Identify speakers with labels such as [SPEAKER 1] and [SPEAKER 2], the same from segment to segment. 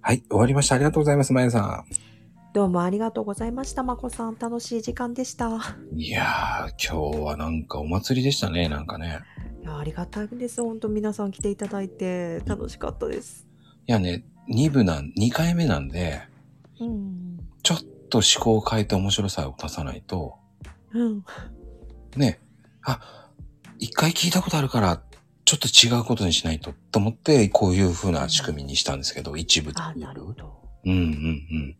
[SPEAKER 1] はい、終わりました。ありがとうございます、まやさ
[SPEAKER 2] どうもありがとうございました、まこさん。楽しい時間でした。
[SPEAKER 1] ん。いやー、今日はなんかお祭りでしたね、なんかね。
[SPEAKER 2] いやありがたいです。本当皆さん来ていただいて楽しかったです。
[SPEAKER 1] いやね、2部なん、2回目なんで、
[SPEAKER 2] うん。
[SPEAKER 1] ちょっと思考を変えて面白さを出さないと、
[SPEAKER 2] うん。
[SPEAKER 1] ね、あ、一回聞いたことあるから、ちょっと違うことにしないと、と思って、こういう風な仕組みにしたんですけど、一部って
[SPEAKER 2] あ、
[SPEAKER 1] いう
[SPEAKER 2] なるほど。
[SPEAKER 1] うんうんうん。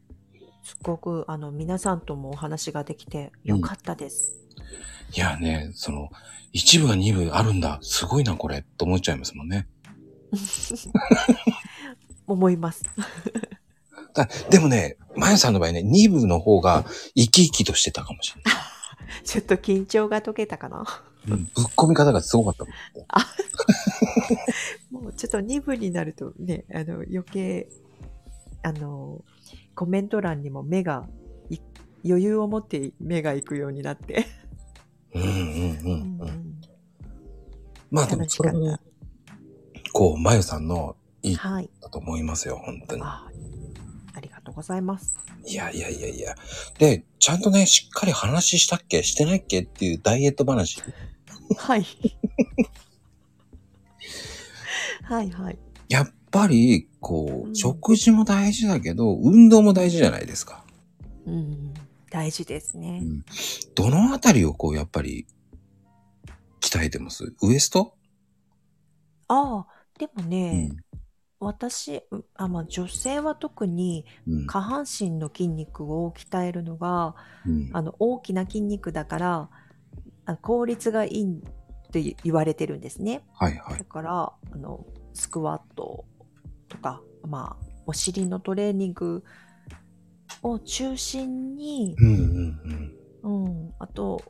[SPEAKER 2] すごく、あの、皆さんともお話ができてよかったです。
[SPEAKER 1] いやね、その、一部が二部あるんだ、すごいな、これ、と思っちゃいますもんね。
[SPEAKER 2] 思います。
[SPEAKER 1] だでもね、まやさんの場合ね、2部の方が生き生きとしてたかもしれない。
[SPEAKER 2] ちょっと緊張が解けたかな。
[SPEAKER 1] ぶっ込み方がすごかったもん。
[SPEAKER 2] もうちょっと2部になるとね、あの、余計、あの、コメント欄にも目がい、余裕を持って目が行くようになって。
[SPEAKER 1] うんうんうんうん。まあでも
[SPEAKER 2] 楽し
[SPEAKER 1] そ
[SPEAKER 2] か
[SPEAKER 1] れ
[SPEAKER 2] っ
[SPEAKER 1] はね、こう、まゆさんのいい
[SPEAKER 2] た。はい。
[SPEAKER 1] だと思いますよ、本当に。
[SPEAKER 2] あありがとうございます。
[SPEAKER 1] いやいやいやいや。で、ちゃんとね、しっかり話したっけしてないっけっていうダイエット話。い
[SPEAKER 2] はい。はいはい。
[SPEAKER 1] やっぱり、こ
[SPEAKER 2] う
[SPEAKER 1] う、
[SPEAKER 2] ん
[SPEAKER 1] 食事も大事だけど、運動も大事じゃないですか。
[SPEAKER 2] うん。大事ですね。
[SPEAKER 1] どのあたりをこう、やっぱり、鍛えてますウエスト
[SPEAKER 2] ああ、でも
[SPEAKER 1] う
[SPEAKER 2] ね、
[SPEAKER 1] ん。
[SPEAKER 2] 私、うあまあ、女性は特に
[SPEAKER 1] うん。
[SPEAKER 2] 下半身の筋肉を鍛えるのが、
[SPEAKER 1] うん
[SPEAKER 2] あの大きな筋肉だからあ効率がいいって言われてるんですね。
[SPEAKER 1] はいはい
[SPEAKER 2] だ。からあのスクワットとか、まあ、お尻のトレーニングを中心に、
[SPEAKER 1] うんうん
[SPEAKER 2] うん、あと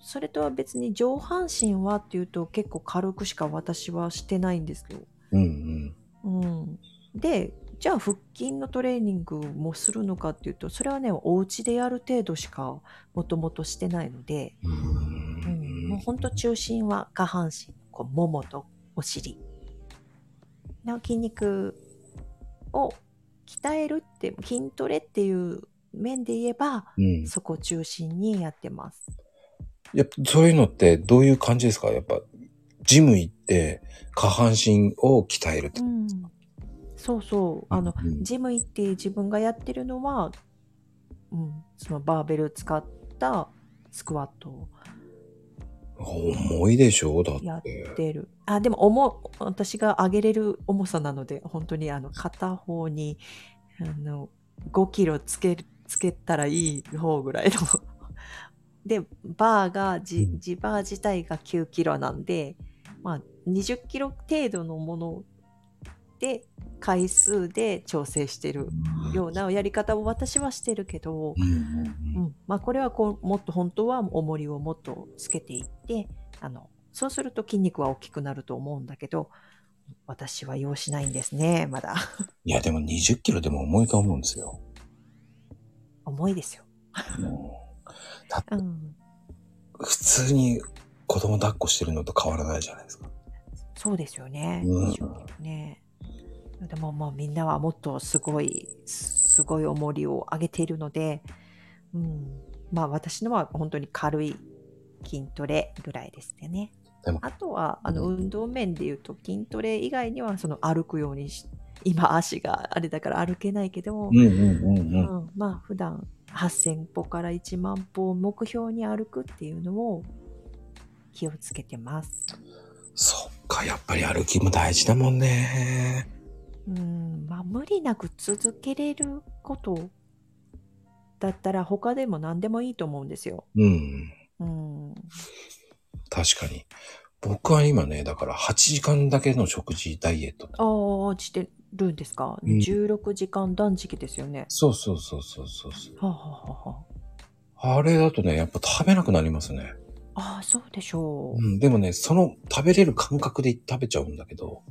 [SPEAKER 2] それとは別に上半身はっていうと結構軽くしか私はしてないんですけど、
[SPEAKER 1] うん。うん
[SPEAKER 2] うん、でじゃあ腹筋のトレーニングもするのかっていうとそれはねお家でやる程度しかもともとしてないので、
[SPEAKER 1] うん。う
[SPEAKER 2] うん、もうんほんと中心は下半身こうももとお尻の筋肉を鍛えるって筋トレっていう面で言えば
[SPEAKER 1] うん。
[SPEAKER 2] そこを中心にやってます
[SPEAKER 1] やっぱそういうのってどういう感じですかやっぱ、ジム行って下半身を鍛えるって。
[SPEAKER 2] うん、そうそうあの、
[SPEAKER 1] うん
[SPEAKER 2] ジム行って自分がやってるのは、うん、そのバーベル使ったスクワットを
[SPEAKER 1] 重いでしょだっ。
[SPEAKER 2] やっててるあでも重私が上げれる重さなので本当にあの片方にあの5キロつけるつけたらいい方ぐらいのでバーがじ
[SPEAKER 1] うん
[SPEAKER 2] 自バー自体が9キロなんで、まあ、20キロ程度のもので回数で調整してるようなやり方を私はしてるけど、
[SPEAKER 1] うん
[SPEAKER 2] う
[SPEAKER 1] うん
[SPEAKER 2] んまあ、これはこうもっと本当は重りをもっとつけていってあのそうすると筋肉は大きくなると思うんだけど私は要しないんですねまだ
[SPEAKER 1] いや、でも20キロでも重いと思うんですよ。
[SPEAKER 2] 重いですよ、
[SPEAKER 1] もうだって
[SPEAKER 2] うん、
[SPEAKER 1] 普通に子供抱っこしてるのと変わらないじゃないですか。
[SPEAKER 2] そうですよね,、
[SPEAKER 1] うん
[SPEAKER 2] ねでももうみんなはもっとすごいすすごい重りを上げているので、うん、まあ私のは本当に軽い筋トレぐらいですね
[SPEAKER 1] でも
[SPEAKER 2] あとはあの
[SPEAKER 1] うん
[SPEAKER 2] 運動面でいうと筋トレ以外にはその歩くようにし今足があれだから歩けないけど、
[SPEAKER 1] うんうんうんうん。
[SPEAKER 2] うんまあ普段8,000歩から1万歩を目標に歩くっていうのを気をつけてます。
[SPEAKER 1] そっか、やっぱり歩きも大事だもんね。
[SPEAKER 2] うんまあ、無理なく続けれることだったら他でも何でもいいと思うんですよ。
[SPEAKER 1] うん。
[SPEAKER 2] うん、
[SPEAKER 1] 確かに。僕は今ね、だから8時間だけの食事ダイエット。
[SPEAKER 2] ああしてるんですか、
[SPEAKER 1] うん
[SPEAKER 2] 16時間断食ですよね。
[SPEAKER 1] そうそうそうそうそうそう。
[SPEAKER 2] はあ、はあはあは
[SPEAKER 1] あれだとね、やっぱ食べなくなりますね。
[SPEAKER 2] あ、ああそうでしょう。
[SPEAKER 1] うん、でもね、その食べれる感覚で食べちゃうんだけど、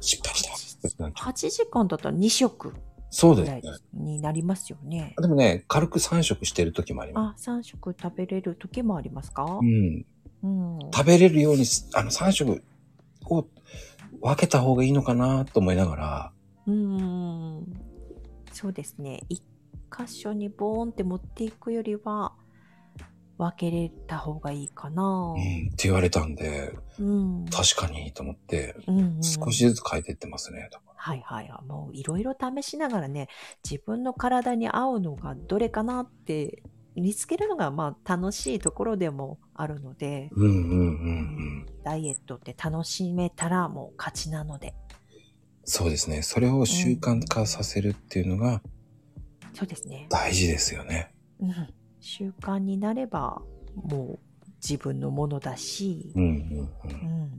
[SPEAKER 1] 失敗したってなっちゃう。
[SPEAKER 2] 8時間だったら2食
[SPEAKER 1] そう
[SPEAKER 2] ぐ
[SPEAKER 1] です
[SPEAKER 2] ら
[SPEAKER 1] ね
[SPEAKER 2] い。になりますよね。
[SPEAKER 1] でもね、軽く3食してる時もありま
[SPEAKER 2] あ、3食食べれる時もありますか
[SPEAKER 1] す。うん。
[SPEAKER 2] うん。
[SPEAKER 1] 食べれるようにす、あの3食を分けた方がいいのかなと思いながら、
[SPEAKER 2] うーん。そうですね。一箇所にボーンって持っていくよりは、分けれた方がいいかな
[SPEAKER 1] う。ん、って言われたんで、
[SPEAKER 2] うん。
[SPEAKER 1] 確かにと思って、
[SPEAKER 2] うんうん
[SPEAKER 1] 少しずつ変えてってますね。だから
[SPEAKER 2] はいはい。もういろいろ試しながらね、自分の体に合うのがどれかなって見つけるのがまあ楽しいところでもあるので、
[SPEAKER 1] うんうんうんうん。
[SPEAKER 2] ダイエットって楽しめたらもう勝ちなので。
[SPEAKER 1] そうですね。それを習慣化させるっていうのが
[SPEAKER 2] そうですね。
[SPEAKER 1] 大事ですよね。
[SPEAKER 2] うん。習慣になればもう自分のものだし、
[SPEAKER 1] うんうんうん。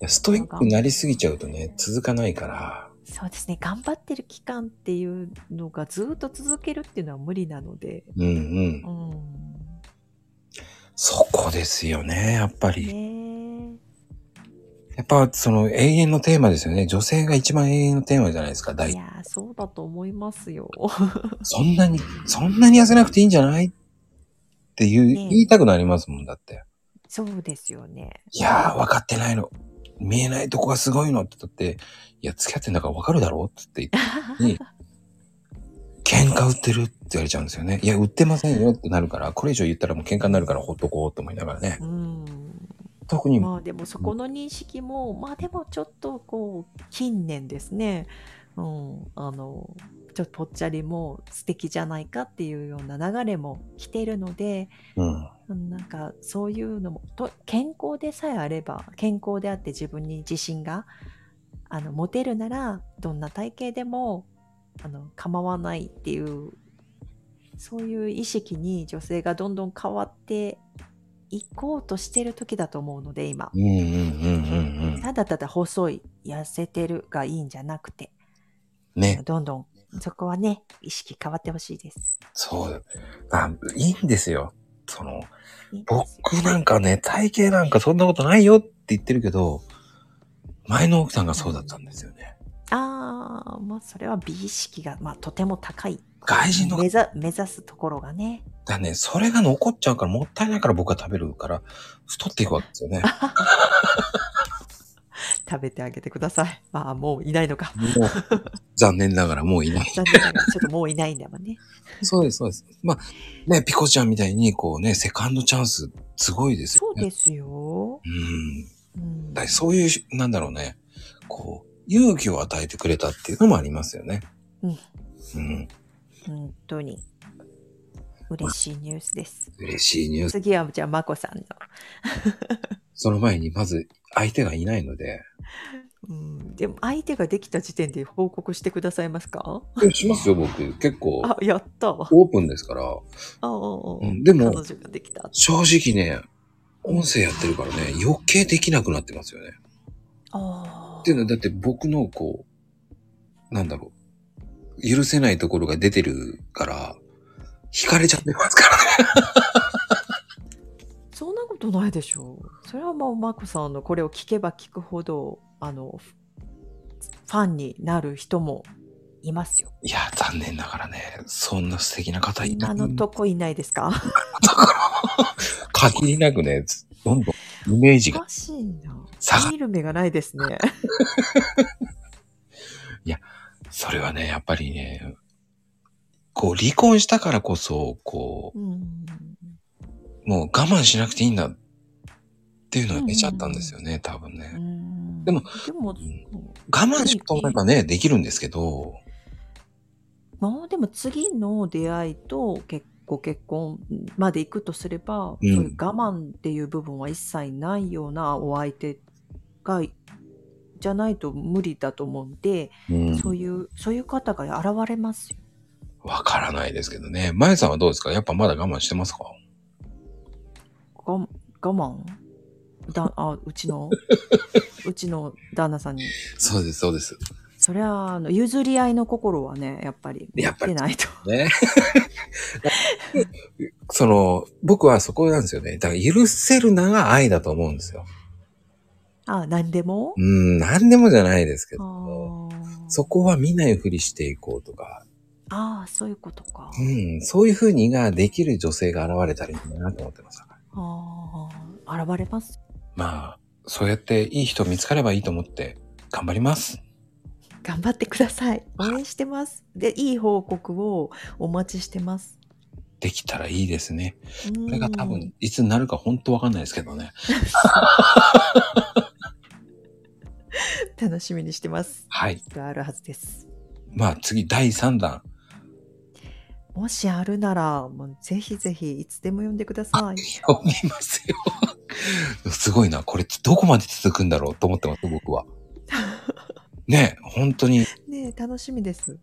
[SPEAKER 2] うん。
[SPEAKER 1] ストイックになりすぎちゃうとね、続かないから、
[SPEAKER 2] そうですね。頑張ってる期間っていうのがずっと続けるっていうのは無理なので、
[SPEAKER 1] うんうん
[SPEAKER 2] う。ん。
[SPEAKER 1] そこですよね、やっぱり。
[SPEAKER 2] ねえ
[SPEAKER 1] やっぱその永遠のテーマですよね。女性が一番永遠のテーマじゃないですか、大
[SPEAKER 2] いやー、そうだと思いますよ。
[SPEAKER 1] そんなに、そんなに痩せなくていいんじゃないっていう、
[SPEAKER 2] ねえ
[SPEAKER 1] 言いたくなりますもんだって。
[SPEAKER 2] そうですよね。
[SPEAKER 1] いやー、分かってないの。見えないとこがすごいのって言って、いや、付き合ってんだから分かるだろうって言っ て、に、喧嘩売ってるって言われちゃうんですよね。いや、売ってませんよってなるから、これ以上言ったらもう喧嘩になるからほっとこうと思いながらね。
[SPEAKER 2] うん。
[SPEAKER 1] 特に、
[SPEAKER 2] まあでもそこの認識も、まあでもちょっとこう、近年ですね。うん。あの、ちょっとぽっちゃりも素敵じゃないかっていうような流れも来てるので、
[SPEAKER 1] うん。
[SPEAKER 2] うんなんかそういうのもと健康でさえあれば健康であって自分に自信があの持てるならどんな体型でもあの構わないっていうそういう意識に女性がどんどん変わっていこうとしてる時だと思うので今
[SPEAKER 1] うんうんうんうんうん。
[SPEAKER 2] ただただ細い痩せてるがいいんじゃなくて
[SPEAKER 1] ね、
[SPEAKER 2] どんどんそこはね意識変わってほしいです。
[SPEAKER 1] そう。あ、いいんですよ。その、
[SPEAKER 2] いいですよ
[SPEAKER 1] 僕なんかね、体型なんかそんなことないよって言ってるけど、前の奥さんがそうだったんですよね。
[SPEAKER 2] ああ、まあそれは美意識が、まあ、とても高い。
[SPEAKER 1] 外人の
[SPEAKER 2] 目
[SPEAKER 1] 方
[SPEAKER 2] ざ目指すところがね。
[SPEAKER 1] だね、それが残っちゃうからもったいないから僕は食べるから、太っていくわけですよね。
[SPEAKER 2] 食べてあげてください。まあもういないのか。
[SPEAKER 1] もう、残念ながらもういない。
[SPEAKER 2] 残念ながらちょっともういないんだ もんね。
[SPEAKER 1] そうです、そうです。まあ、ね、ピコちゃんみたいに、こうね、セカンドチャンス、すごいです
[SPEAKER 2] そ
[SPEAKER 1] よ
[SPEAKER 2] う
[SPEAKER 1] ね。
[SPEAKER 2] ですよ。
[SPEAKER 1] うん。
[SPEAKER 2] うん
[SPEAKER 1] だそういう、なんだろうね、こう、勇気を与えてくれたっていうのもありますよね。
[SPEAKER 2] うん。
[SPEAKER 1] うん。
[SPEAKER 2] 本当に嬉しいニュースです。
[SPEAKER 1] 嬉しいニュース。
[SPEAKER 2] 次はじゃあまこさんの、
[SPEAKER 1] その前に、まず、相手がいないので。
[SPEAKER 2] うん。でも相手ができた時点で報告してくださいますか
[SPEAKER 1] えしますよ、僕。結構、
[SPEAKER 2] あ、やったわ。
[SPEAKER 1] オープンですから。
[SPEAKER 2] ああああああ
[SPEAKER 1] うんでも
[SPEAKER 2] 彼女ができた。
[SPEAKER 1] 正直ね、音声やってるからね、余計できなくなってますよね。
[SPEAKER 2] ああ
[SPEAKER 1] っていうのは、だって僕の、こう、なんだろう、許せないところが出てるから、惹かれちゃってますからね。
[SPEAKER 2] そんなことないでしょう。それはもうマコさんのこれを聞けば聞くほどあのフファンになる人もいますよ。
[SPEAKER 1] いや、残念ながらね、そんな素敵な方いな
[SPEAKER 2] 今
[SPEAKER 1] い。
[SPEAKER 2] のとこいないですか？
[SPEAKER 1] 限りなくね、どんどんイメージ
[SPEAKER 2] お
[SPEAKER 1] が
[SPEAKER 2] かしいな。
[SPEAKER 1] 下が
[SPEAKER 2] 見る目がないですね。
[SPEAKER 1] それはね、やっぱりね、こう、離婚したからこそ、こ
[SPEAKER 2] うん。
[SPEAKER 1] う、もう我慢しなくていいんだっていうのが出ちゃったんですよね、多分ね。
[SPEAKER 2] うん
[SPEAKER 1] でも
[SPEAKER 2] でも
[SPEAKER 1] ん我慢しようと思えばね、できるんですけど、
[SPEAKER 2] まあでも次の出会いと結ご結婚まで行くとすれば、
[SPEAKER 1] うん
[SPEAKER 2] そういう我慢っていう部分は一切ないようなお相手がじゃないと無理だと思うんで。
[SPEAKER 1] うん
[SPEAKER 2] そういう、そういう方が現れますよ。
[SPEAKER 1] わからないですけどね。まゆさんはどうですかやっぱまだ我慢してますか
[SPEAKER 2] 我我慢だあう ちのうちの旦那さんに
[SPEAKER 1] そうです、そうです。
[SPEAKER 2] そりゃあの譲り合いの心はねやっぱり
[SPEAKER 1] やっぱり
[SPEAKER 2] 出ないと
[SPEAKER 1] ね。 その、僕はそこなんですよね。だから許せるなが愛だと思うんですよ。
[SPEAKER 2] あ何でも
[SPEAKER 1] うん、なんでもじゃないですけ
[SPEAKER 2] あ
[SPEAKER 1] ど。
[SPEAKER 2] ー
[SPEAKER 1] そこは見ないふりしていこうとか、
[SPEAKER 2] あーそういうことか
[SPEAKER 1] うん、そういうふうにができる女性が現れたらいいなと思ってます。
[SPEAKER 2] ああ現れます
[SPEAKER 1] まあ、そうやっていい人見つかればいいと思って頑張ります。
[SPEAKER 2] 頑張ってください。応援してます。で、いい報告をお待ちしてます。
[SPEAKER 1] できたらいいですね。
[SPEAKER 2] こ
[SPEAKER 1] これが多分、いつになるか本当わかんないですけどね。
[SPEAKER 2] 楽しみにしてます。
[SPEAKER 1] はい。
[SPEAKER 2] きっとあるはずです。
[SPEAKER 1] まあ次、第3弾。
[SPEAKER 2] もしあるなら、もうぜひぜひいつでも呼んでください。
[SPEAKER 1] 読みますよ。 すごいな。これ、どこまで続くんだろうと思ってます、僕は。ねえ、本当に、
[SPEAKER 2] ねえ楽しみです。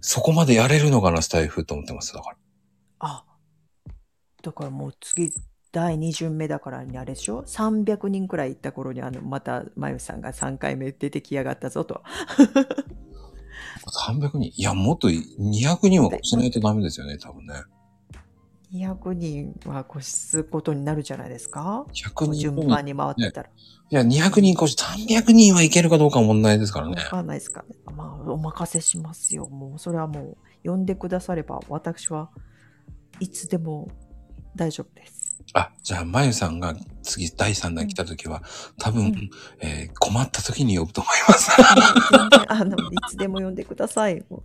[SPEAKER 1] そこまでやれるのかな、スタイフと思ってます。だから。
[SPEAKER 2] あ、だからもう次、第2巡目だからにあれでしょ ?300 人くらい行った頃に、あの、また、まゆさんが3回目出てきやがったぞと。
[SPEAKER 1] 300人。いや、もっと200人はしないとダメですよね、多分ね。
[SPEAKER 2] 200人は越すことになるじゃないですか
[SPEAKER 1] 100人
[SPEAKER 2] 順
[SPEAKER 1] も。
[SPEAKER 2] 番に回ってたら。
[SPEAKER 1] いや、200人越し、300人はいけるかどうかは問題ですから
[SPEAKER 2] わ
[SPEAKER 1] ね。
[SPEAKER 2] かんないですかね。まあ、お任せしますよ。もう、それはもう、呼んでくだされば、私はいつでも大丈夫です。
[SPEAKER 1] あ、じゃあ、まゆさんが次第3弾来た時は、多分、
[SPEAKER 2] うん
[SPEAKER 1] えー困った時に呼ぶと思います。
[SPEAKER 2] 全然あのいつでも呼んでください。もう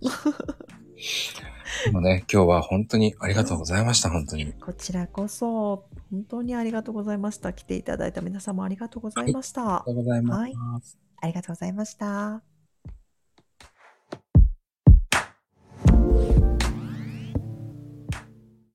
[SPEAKER 1] でもね、今日は本当にありがとうございました、本当に。
[SPEAKER 2] こちらこそ、本当にありがとうございました。来ていただいた皆様ありがとうございました。
[SPEAKER 1] ありがとうございます。
[SPEAKER 2] ありがとうございました。